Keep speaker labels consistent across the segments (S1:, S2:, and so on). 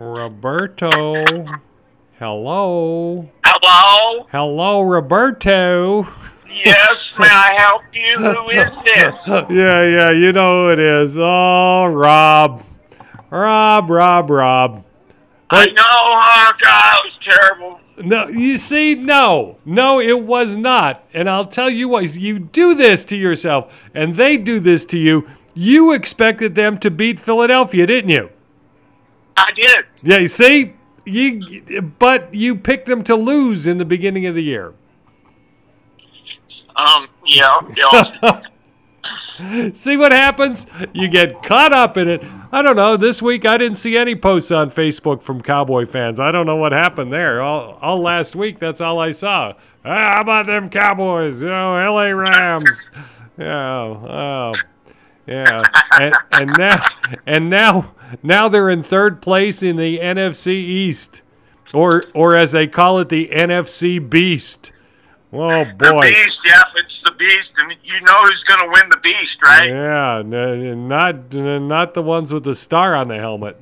S1: Roberto. Hello.
S2: Hello?
S1: Hello, Roberto.
S2: Yes, may I help you? Who is this?
S1: yeah, yeah, you know who it is. Oh, Rob. Rob, Rob, Rob.
S2: I know, huh? God, it was terrible.
S1: No, you see, no, no, it was not. And I'll tell you what, you do this to yourself, and they do this to you. You expected them to beat Philadelphia, didn't you?
S2: I did.
S1: Yeah, you see, you, but you picked them to lose in the beginning of the year.
S2: Um, yeah, yeah.
S1: see what happens? You get caught up in it. I don't know. This week I didn't see any posts on Facebook from Cowboy fans. I don't know what happened there. All, all last week, that's all I saw. Ah, how about them Cowboys? Oh, LA Rams. Yeah, oh, yeah. And, and now, and now, now they're in third place in the NFC East, or or as they call it, the NFC Beast. Oh
S2: The
S1: boy.
S2: beast, yep, it's the beast, and you know who's going to win the beast, right?
S1: Yeah, n- n- not n- not the ones with the star on the helmet.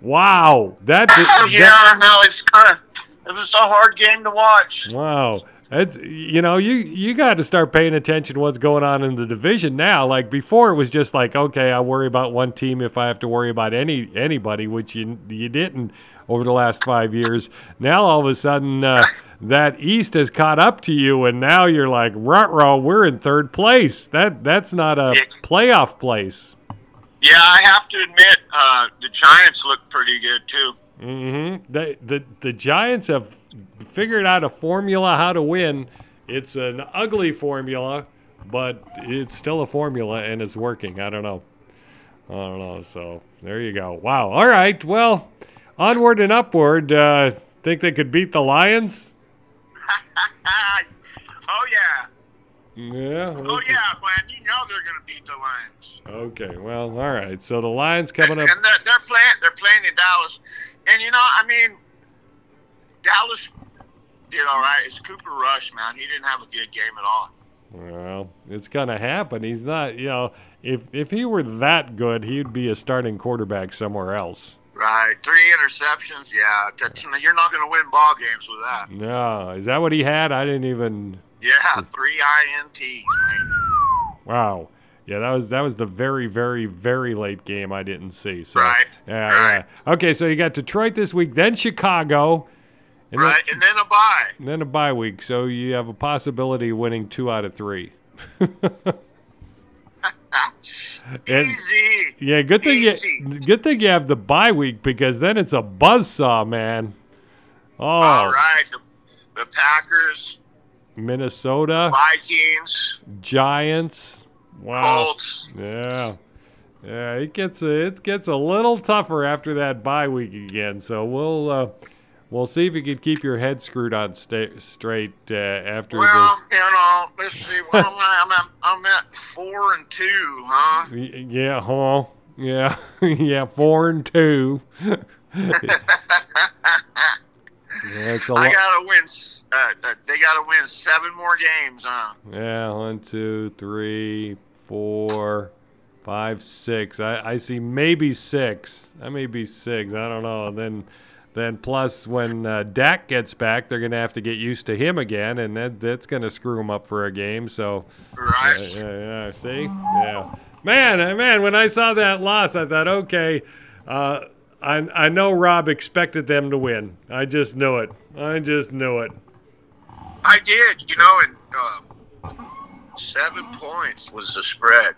S1: wow, that,
S2: Yeah,
S1: that
S2: I know, it's kind of, it was a hard game to watch.
S1: wow. It's you know you you got to start paying attention to what's going on in the division now. Like before, it was just like okay, I worry about one team if I have to worry about any anybody, which you you didn't over the last five years. Now all of a sudden uh, that East has caught up to you, and now you're like, row, we're in third place. That that's not a
S2: Yeah.
S1: playoff place.
S2: Yeah, I have to admit, uh, the Giants look pretty good, too.
S1: hmm The, the the Giants have figured out a formula how to win. It's an ugly formula, but it's still a formula and it's working. I don't know. I don't know. So there you go. Wow. All right. Well, onward and upward. Uh, think they could beat the Lions?
S2: oh, yeah.
S1: Yeah.
S2: Oh, yeah, man, you know they're going to beat the Lions.
S1: Okay. Well. All right. So the Lions coming up.
S2: And they're, they're playing. They're playing in Dallas, and you know, I mean, Dallas did all right. It's Cooper Rush, man. He didn't have a good game at all.
S1: Well, it's gonna happen. He's not. You know, if if he were that good, he'd be a starting quarterback somewhere else.
S2: Right, three interceptions. Yeah, that's, you're not going to win ball games with that.
S1: No, is that what he had? I didn't even.
S2: Yeah, three ints, man.
S1: Wow. Yeah, that was that was the very very very late game I didn't see. So,
S2: Right.
S1: Yeah,
S2: Right.
S1: yeah. Okay, so you got Detroit this week, then Chicago, and then-
S2: Right, and then a bye.
S1: and then, a bye week. So you have a possibility of winning two out of three. and
S2: Easy.
S1: yeah, good thing you
S2: Easy.
S1: good thing you have the bye week because then it's a buzzsaw, man. Oh,
S2: All right, the, the Packers,
S1: Minnesota
S2: Vikings,
S1: Giants. Wow.
S2: Colts.
S1: Yeah. Yeah, it gets a, it gets a little tougher after that bye week again. So we'll uh, we'll see if you can keep your head screwed on sta- straight uh, after
S2: Well, you know, let's see. Well, I'm, at, I'm at four and two, huh?
S1: the y- yeah, huh? Yeah, yeah, four and two. yeah, it's a
S2: I
S1: lot.
S2: gotta win. s- Uh, uh, they gotta win seven more games, huh?
S1: Yeah, one, two, three, four, five, six. I, I see maybe six. I may be six. I don't know. And then, then plus when uh, Dak gets back, they're gonna have to get used to him again, and that that's gonna screw him up for a game. So, yeah,
S2: Right?
S1: yeah, yeah. See, yeah, man, uh, man. When I saw that loss, I thought, okay, uh, I I know Rob expected them to win. I just knew it. I just knew it.
S2: I did, you know, and uh, seven points was the spread.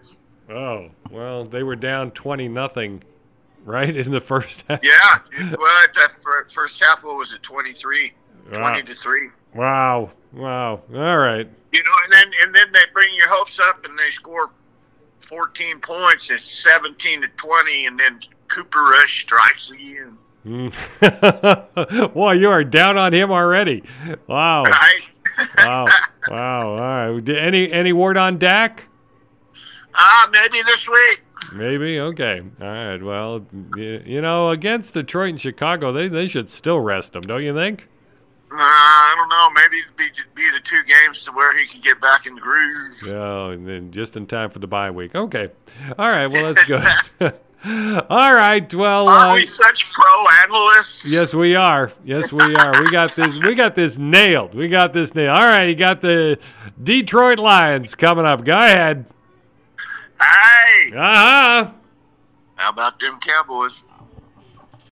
S1: Oh, well, they were down 20 nothing, right, in the first half.
S2: Yeah. well, at that fir- first half, what was it? 23, 20
S1: Wow.
S2: to three.
S1: Wow. Wow. All right.
S2: You know, and then and then they bring your hopes up and they score fourteen points. It's seventeen to twenty, and then Cooper Rush strikes again.
S1: Mm. Boy, you are down on him already. Wow.
S2: Right?
S1: Wow. Wow. All right. Did- Any any word on Dak?
S2: ah, maybe this week.
S1: Maybe. Okay. All right. Well, y- you know, against Detroit and Chicago, they they should still rest him, don't you think?
S2: Uh, I don't know. Maybe it'd be, be the two games to where he can get back in the groove.
S1: Oh, and then just in time for the bye week. Okay. All right. Well, that's good. All right, well,
S2: Aren't
S1: uh,
S2: we such pro analysts?
S1: yes, we are. Yes, we are. We got this. We got this nailed. We got this nailed. All right, you got the Detroit Lions coming up. Go ahead.
S2: Hey,
S1: Uh huh.
S2: how about them Cowboys?